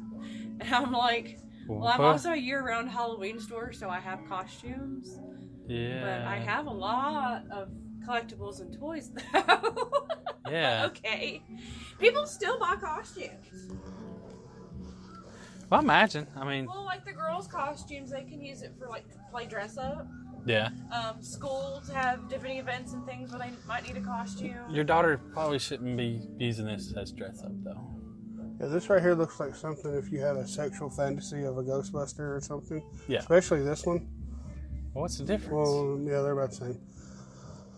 S6: And I'm like, "Well, I'm
S4: What?
S6: also a year-round Halloween store, so I have costumes,
S4: yeah.
S6: but I have a lot of collectibles and toys, though."
S4: Yeah.
S6: okay. People still buy costumes.
S4: Well, imagine. I mean,
S6: Well, like the girls' costumes, they can use it for like play dress up.
S4: yeah.
S6: Um, schools have different events and things where they might need a costume.
S4: Your daughter probably shouldn't be using this as dress up, though.
S9: Yeah, this right here looks like something if you had a sexual fantasy of a Ghostbuster or something.
S4: Yeah.
S9: Especially this one.
S4: Well, what's the difference?
S9: Well, yeah, they're about the same.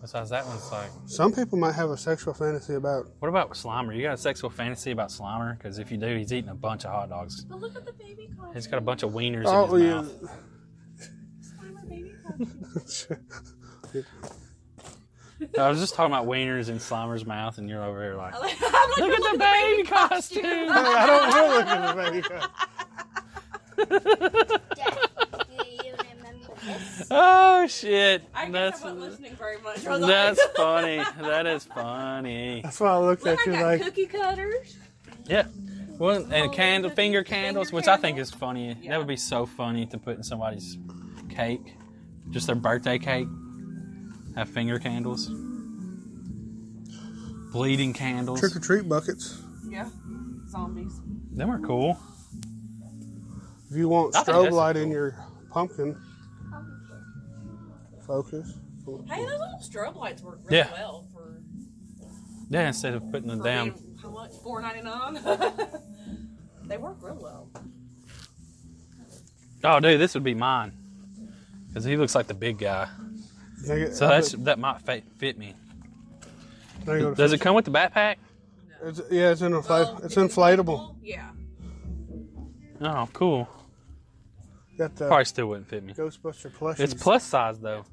S4: Besides that one's like,
S9: Some people might have a sexual fantasy about
S4: what about Slimer? You got a sexual fantasy about Slimer? Because if you do, he's eating a bunch of hot dogs.
S6: But look at the baby costume.
S4: He's got a bunch of wieners
S9: oh,
S4: in his
S9: yeah.
S4: mouth.
S6: I'm a baby costume.
S4: I was just talking about wieners in Slimer's mouth, and you're over here like,
S6: I'm like, look,
S4: look at the baby costume.
S9: I don't want to Oh, look at the baby costume.
S5: Dad, do you remember this?
S4: oh shit,
S6: I guess
S4: that's
S6: I wasn't listening very much. I was like,
S4: that's funny. That is funny.
S9: That's why I looked
S6: look,
S9: at
S6: I
S9: you
S6: got
S9: like,
S6: cookie cutters.
S4: Yeah. Well, and
S6: Small
S4: candle
S6: little
S4: finger
S6: finger
S4: candles, which I think is funny. That would be so funny to put in somebody's cake, just their birthday cake. Have finger candles, bleeding candles.
S9: trick or treat buckets.
S6: Yeah, zombies.
S4: Them are cool.
S9: If you want
S4: I think that's
S9: strobe light in
S4: cool.
S9: your pumpkin, focus.
S6: Hey, those little strobe lights work really
S4: Yeah.
S6: well for,
S4: Yeah, instead of putting them
S6: for
S4: down.
S6: being, how much? Four ninety nine. They work real well.
S4: Oh, dude, this would be mine, because he looks like the big guy.
S9: Can I get-
S4: So that's that might fit, fit me.
S9: can I go to-
S4: Does it come with the backpack?
S9: It's, yeah, it's, in a fla-
S6: Well,
S9: it's inflatable.
S6: Yeah.
S4: Oh, cool.
S9: Got the
S4: Probably still wouldn't fit me.
S9: Ghostbuster plushies.
S4: It's plus size though.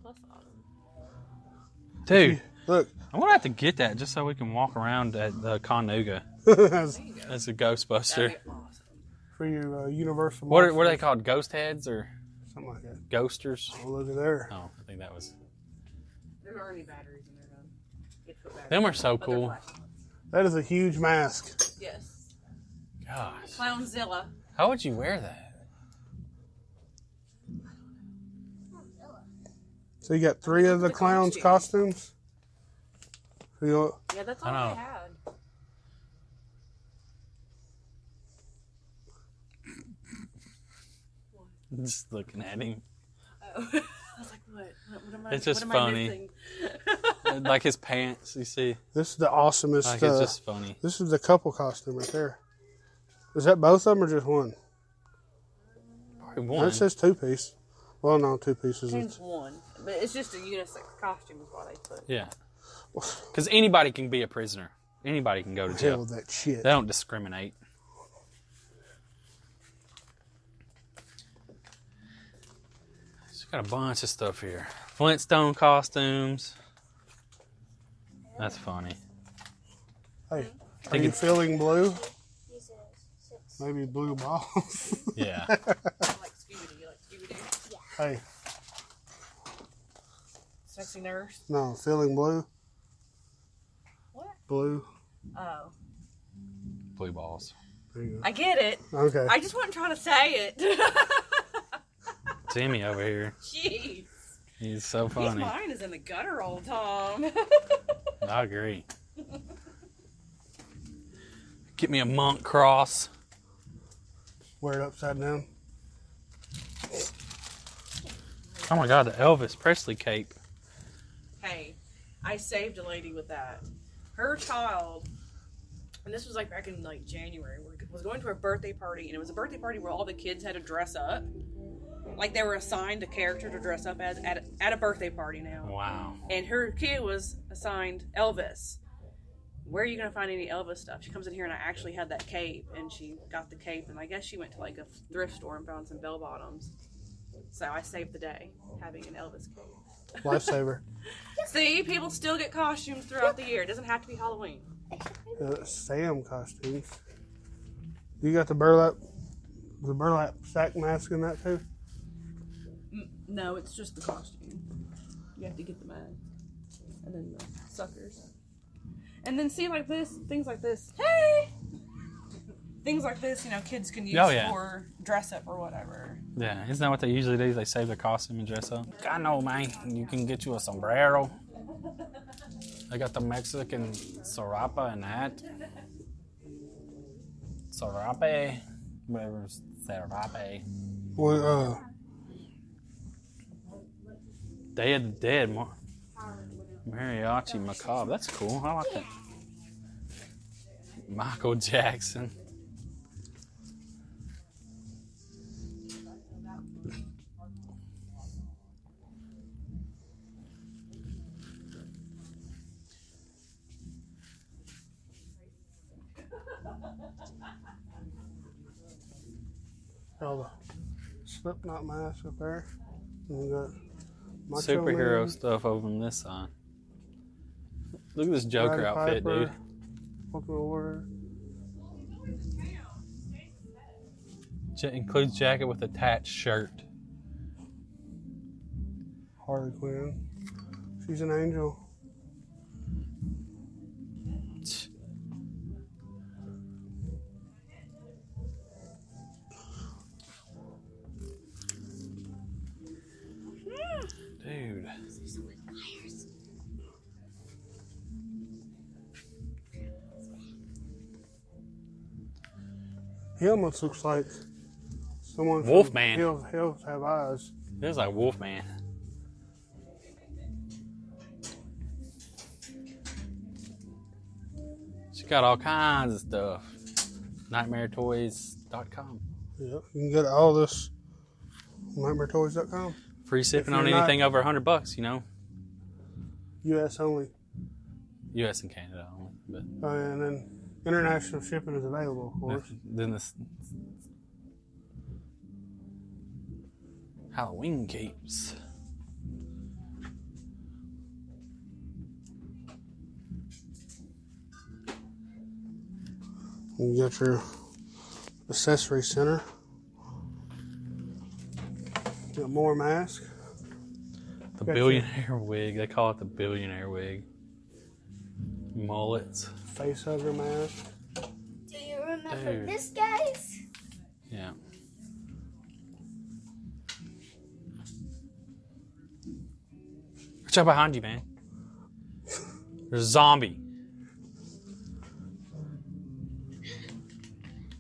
S4: Dude,
S9: Look,
S4: I'm gonna have to get that just so we can walk around at the Conuga
S9: that's
S4: as a Ghostbuster.
S6: That'd be awesome.
S9: for your uh, Universal.
S4: What are,
S9: Monsters,
S4: what are they called? Ghost heads or
S9: Something like that.
S4: ghosters?
S9: Oh, look at there.
S4: Oh, I think that was.
S6: There's already batteries in there though. Good foot batteries.
S4: Them are so
S6: But they're
S4: cool.
S6: flashing.
S9: That is a huge mask.
S6: Yes.
S4: Gosh,
S6: Clownzilla.
S4: how would you wear that?
S9: So you got three of the
S6: The
S9: clowns' costumes. You know,
S6: Yeah, that's
S4: I
S6: all I,
S4: know.
S6: had.
S4: Just looking at him,
S6: Oh. I was like, what? What, what am I?
S4: It's just
S6: what am I
S4: funny.
S6: missing?
S4: like his pants. You see,
S9: this is the awesomest.
S4: like
S9: uh,
S4: it's just funny.
S9: This is the couple costume right there. Is that both of them or just one?
S4: Probably
S9: No,
S4: one.
S9: It says two piece. Well, no, two pieces.
S6: Change
S9: It's,
S6: one, but it's just a unisex costume is what I put.
S4: Yeah, because anybody can be a prisoner. Anybody can go to
S9: hell
S4: jail.
S9: with that shit.
S4: They don't discriminate. She's got a bunch of stuff here. Flintstone costumes. That's funny.
S9: hey, are
S4: think
S9: you
S4: it's-
S9: feeling blue?
S5: He says six.
S9: Maybe blue balls.
S4: Yeah.
S6: I like Scooby Doo, like Scooby Doo,
S9: hey,
S6: sexy nurse.
S9: no, feeling blue.
S6: What?
S9: Blue.
S10: Oh,
S4: Blue balls.
S9: There you
S10: I get it.
S9: go. Okay.
S10: I just wasn't trying to say it.
S4: Jimmy over here.
S10: Jeez,
S4: He's so
S6: His
S4: funny.
S6: mind is in the gutter all the time.
S4: I agree. Get me a monk cross.
S9: Wear it upside down.
S4: Oh my god, the Elvis Presley cape.
S6: hey, I saved a lady with that. Her child, and this was like back in like January, were- was going to a birthday party, and it was a birthday party where all the kids had to dress up. Like they were assigned a character to dress up as at, at a birthday party now.
S4: Wow.
S6: And her kid was assigned Elvis. Where are you going to find any Elvis stuff? She comes in here and I actually had that cape, and she got the cape, and I guess she went to like a thrift store and found some bell bottoms. So I saved the day having an Elvis cape.
S9: Lifesaver.
S6: See, people still get costumes throughout the year. It doesn't have to be Halloween.
S9: Uh, Sam costumes. You got the burlap, the burlap sack mask in that too.
S6: No, it's just the costume. You have to get the mask and then the suckers, and then see like this things like this. Hey, things like this. You know, kids can use
S4: Oh, yeah.
S6: for dress up or whatever.
S4: Yeah, isn't that what they usually do? They save their costume and dress up. I know, man. You can get you a sombrero. They got the Mexican sorapa and that. Sorape. Whatever. Sorape.
S9: Well, uh,
S4: Day of the Dead. Mar- Mariachi Macabre. That's cool. I like that. Michael Jackson.
S9: all the Slipknot mask up there. And we got Macho
S4: Superhero
S9: Man,
S4: stuff over on this side. Look at this Joker
S9: Roddy
S4: outfit,
S9: Piper,
S4: dude.
S9: Booker Warrior.
S4: J- includes jacket with attached shirt.
S9: Harley Quinn. She's an angel.
S4: Dude.
S9: He almost looks like someone from
S4: Wolfman.
S9: Hills, Hills Have Eyes.
S4: This is like Wolfman. She got all kinds of stuff. NightmareToys.com.
S9: Yep. You can get all this on nightmaretoys.com.
S4: Free sipping
S9: you're
S4: on
S9: not-
S4: anything over 100 bucks, you know?
S9: U.S. only.
S4: US and Canada only. But
S9: Uh, and then international shipping is available, of course.
S4: Then this Halloween capes.
S9: You got your accessory center. Got more masks.
S4: The
S9: Gotcha.
S4: billionaire wig. They call it the billionaire wig. Mullets.
S9: Face hugger mask.
S5: Do you remember
S4: Dude.
S5: this, guys?
S4: Yeah. Watch out behind you, man. There's a zombie.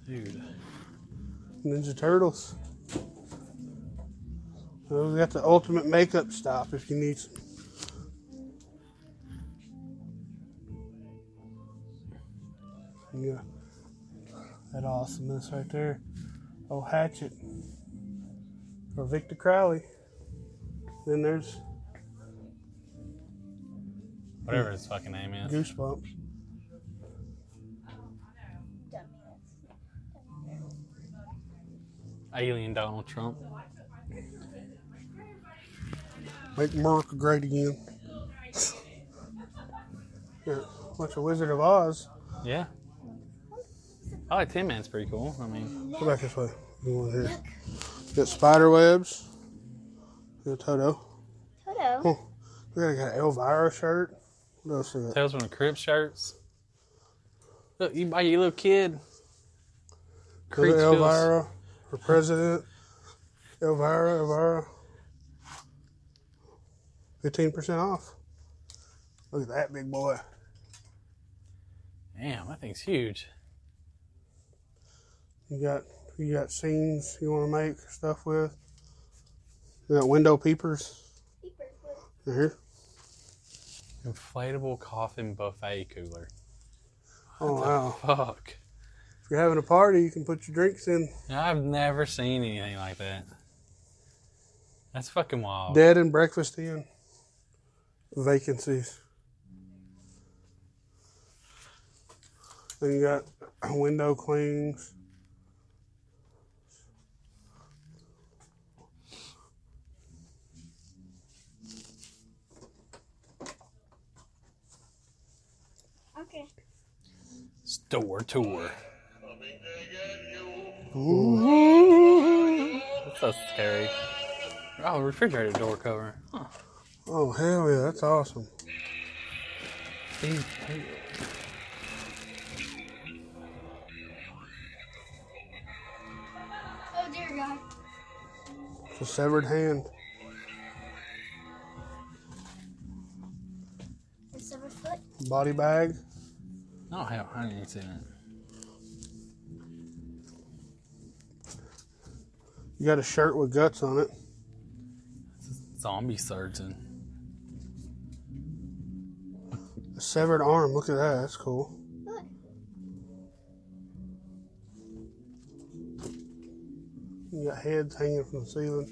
S4: Dude.
S9: Ninja Turtles. Uh, we got the ultimate makeup stop if you need some. Yeah. That awesomeness right there. Oh, Hatchet. Or Victor Crowley. Then there's
S4: Whatever his fucking name is.
S9: Goosebumps.
S5: Dumbass.
S4: Alien Donald Trump.
S9: Make America great again. yeah, bunch of Wizard of Oz.
S4: Yeah. I like Tin Man's pretty cool. I mean,
S9: Go back this way. You want here? Got spider webs. Got Toto.
S5: Toto.
S9: We got, got an Elvira shirt. What else we got?
S4: Tales from the Crypt shirts. Look, you buy your little kid.
S9: Go to
S4: Creeksville's-
S9: Elvira for president. Elvira, Elvira. 15% off. Look at that big boy.
S4: Damn, that thing's huge.
S9: You got you got scenes you want to make stuff with. You got window peepers
S5: Paper clip.
S9: right here.
S4: Inflatable coffin buffet cooler.
S9: Oh wow!
S4: Fuck.
S9: If you're having a party, you can put your drinks in.
S4: I've never seen anything like that. That's fucking wild.
S9: Dead and breakfast in. Vacancies. Then you got window clings.
S5: Okay.
S4: Store tour. That's so scary. Oh, refrigerator door cover. Huh.
S9: Oh hell yeah, that's awesome.
S4: These-
S5: Oh dear God.
S9: It's a severed hand.
S5: The silver foot.
S9: Body bag.
S4: I don't have honey in it.
S9: You got a shirt with guts on it.
S4: Zombie surgeon.
S9: A severed arm. Look at that. That's cool.
S5: Look.
S9: You got heads hanging from the ceiling.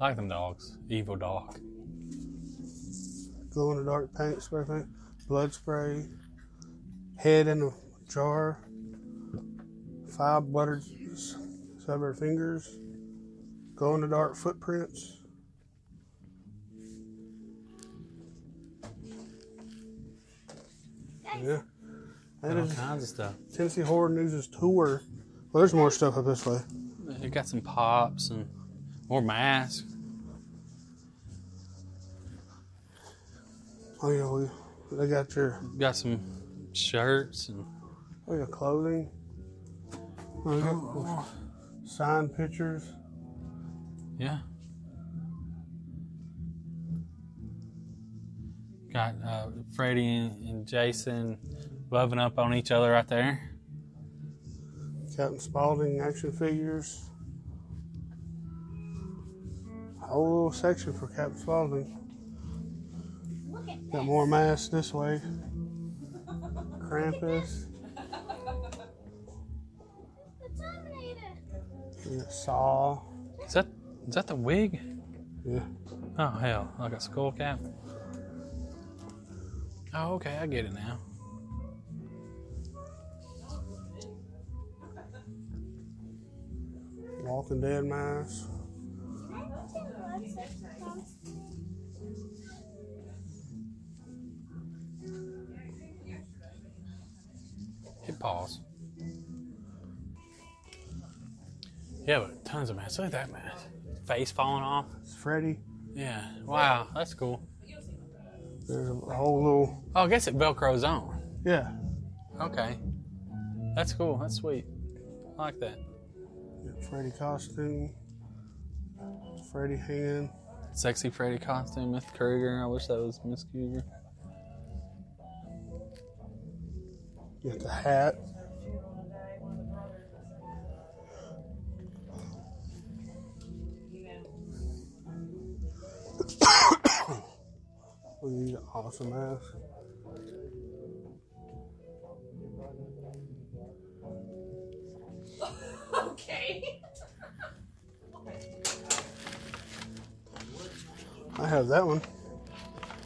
S4: I like them dogs. Evil dog.
S9: glow in the dark paint spray paint, blood spray, head in a jar, five buttered s- severed fingers, glow in the dark footprints. Yeah. That
S4: All
S9: is
S4: kinds of stuff.
S9: Tennessee Horror News' tour. Well, there's more stuff up this way.
S4: You got some pops and more masks.
S9: Oh, yeah, we, they got your
S4: You got some shirts and
S9: oh, yeah, clothing. Oh, they got Signed pictures.
S4: yeah. Got uh, Freddie and, and Jason loving up on each other right there.
S9: Captain Spaulding action figures. Whole little section for Captain Spaulding.
S5: Look at
S9: Got more masks this way. Krampus.
S5: the Terminator.
S9: You got Saw.
S4: Is that is that the wig?
S9: Yeah.
S4: Oh hell, like a skull cap. Oh okay, I get it now.
S9: Walking Dead masks.
S5: I don't think that's it. Um,
S4: Hit pause. Yeah, but tons of masks. Look at that mask. Face falling off.
S9: It's Freddy.
S4: Yeah. Wow, that's cool.
S9: There's a whole little.
S4: Oh, I guess it velcros on.
S9: Yeah.
S4: Okay. That's cool. That's sweet. I like that.
S9: Got Freddy costume. Freddy hand.
S4: Sexy Freddy costume, Miss Krueger. I wish that was Miss Krueger.
S9: You got the hat. We need an awesome mask.
S6: Okay.
S9: I have that one.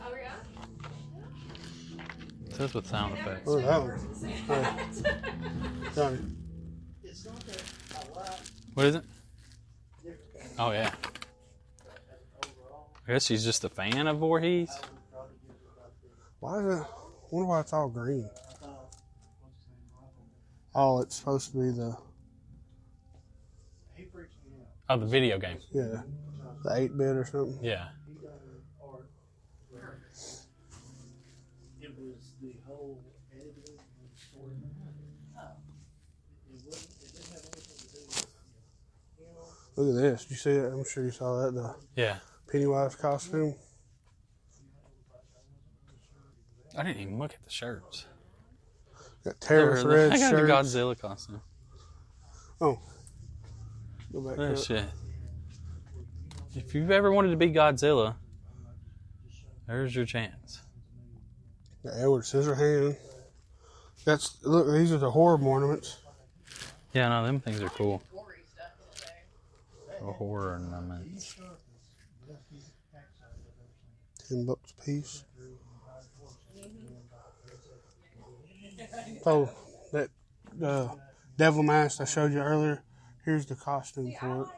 S6: Oh yeah.
S4: Says with sound effects.
S9: Look at that one. Johnny.
S4: What is it? Oh yeah. I guess she's just a fan of Voorhees.
S9: Why is it? I wonder why it's all green. Oh, it's supposed to be the
S4: Oh, the video game.
S9: yeah, the eight bit or something.
S4: Yeah.
S9: Look at this. You see it? I'm sure you saw that. The
S4: Yeah.
S9: Pennywise costume.
S4: I didn't even look at the shirts.
S9: Got terror thread
S4: I got the
S9: shirt.
S4: Godzilla costume.
S9: Oh. Go back
S4: Oh,
S9: up.
S4: shit. If you've ever wanted to be Godzilla, there's your chance.
S9: Got Edward Scissorhand. That's look. These are the horror ornaments.
S4: Yeah, no, them things are cool.
S10: Gory stuff in there.
S4: The horror ornaments.
S9: Ten bucks a piece. So Oh, that uh, devil mask I showed you earlier. Here's the costume for it.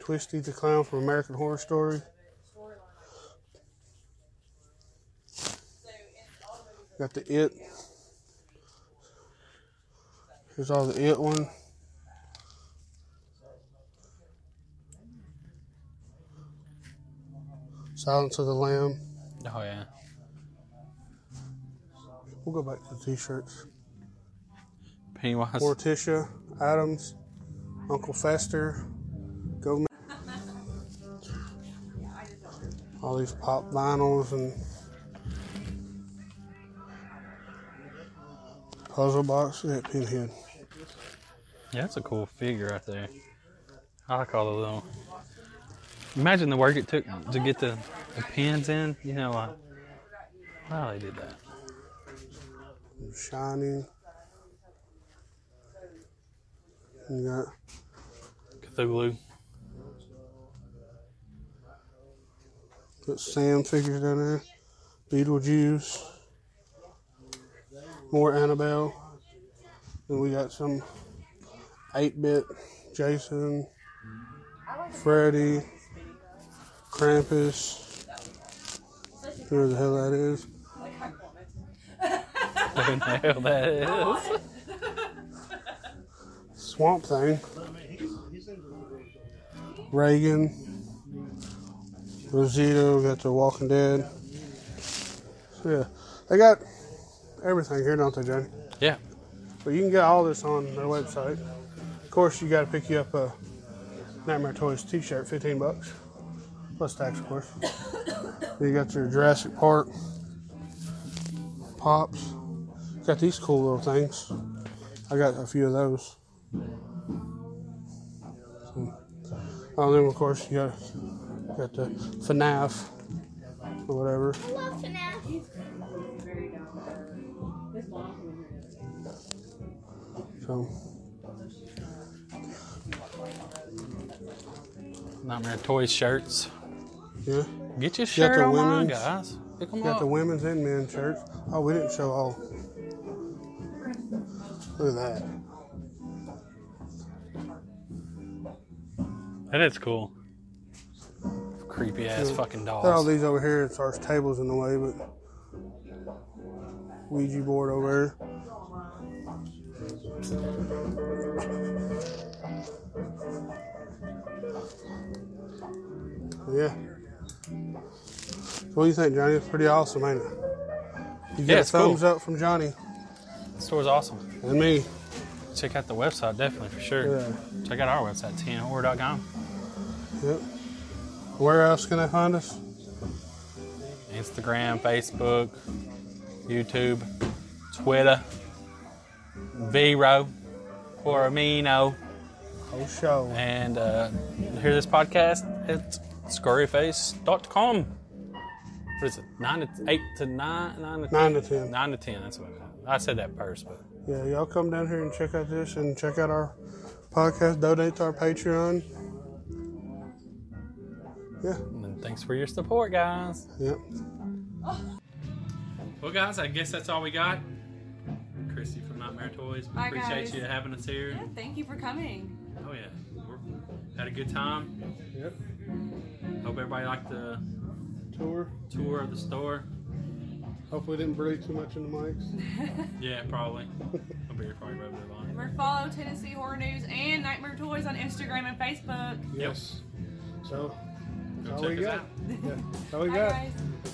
S9: Twisty the clown from American Horror Story. Got the it. Here's all the it one. Silence of the Lamb.
S4: Oh, yeah.
S9: We'll go back to the t-shirts.
S4: Pennywise.
S9: Morticia, Adams, Uncle Fester, Go. All these pop vinyls and puzzle box. Yeah, Pinhead.
S4: Yeah, that's a cool figure right there. I like all the little. Imagine the work it took to get the, the pins in. You know, like, wow, they did that.
S9: Shining. You got
S4: Cthulhu.
S9: put Sam figures down there. Beetlejuice. More Annabelle. Then we got some 8 bit Jason, Freddy, Krampus. Who the hell that is?
S4: Who the hell that is?
S9: Swamp Thing. Reagan. Rosito, got The Walking Dead. So, yeah, they got everything here, don't they, Johnny?
S4: Yeah.
S9: But you can get all this on their website. Of course, you got to pick you up a Nightmare Toys T-shirt, fifteen bucks, plus tax, of course. you got your Jurassic Park pops. Got these cool little things. I got a few of those. Oh, then of course you got, got the FNAF or whatever.
S5: I love FNAF.
S9: So
S4: Nightmare Toys shirts.
S9: yeah,
S4: Get your
S9: got
S4: shirt
S9: the
S4: online,
S9: women's.
S4: guys. Pick 'em
S9: got
S4: up.
S9: the women's and men's shirts. Oh, we didn't show all. Look at that.
S4: that is cool. Creepy ass fucking
S9: Got all
S4: dolls.
S9: these over here. It's our tables in the way, but Ouija board over there. Yeah. So what do you think, Johnny? It's pretty awesome, ain't it? You get
S4: Yeah,
S9: a
S4: it's cool.
S9: thumbs up from Johnny
S4: The store's awesome.
S9: and me.
S4: Check out the website, definitely, for sure.
S9: Yeah.
S4: Check out our website, tnhorror.com.
S9: Yep. Where else can they find us?
S4: Instagram, Facebook, YouTube, Twitter, Vero, Coromino,
S9: Oh, show.
S4: and uh, hear this podcast at scurryface.com. What is it? Nine to eight to nine, nine to
S9: Nine to ten.
S4: nine to ten. That's what I got. I said that first, but
S9: Yeah, y'all come down here and check out this and check out our podcast, donate to our Patreon. Yeah,
S4: and thanks for your support, guys.
S9: yep.
S4: Well, guys, I guess that's all we got. Christy from Nightmare Toys, we
S6: Bye,
S4: appreciate
S6: guys.
S4: you having us here.
S6: Yeah, thank you for coming.
S4: Oh yeah, we had a good time.
S9: Yep.
S4: Hope everybody liked the
S9: Tour.
S4: tour of the store.
S9: Hopefully, didn't breathe too much in the mics.
S4: Yeah, probably. My beer probably rubbed it on.
S6: Remember, follow Tennessee Horror News and Nightmare Toys on Instagram and Facebook.
S9: Yes. So, that's
S4: Go
S9: all
S4: check
S9: we
S4: us
S9: got.
S4: out.
S9: Yeah, that's all we
S6: Bye,
S9: got.
S6: guys.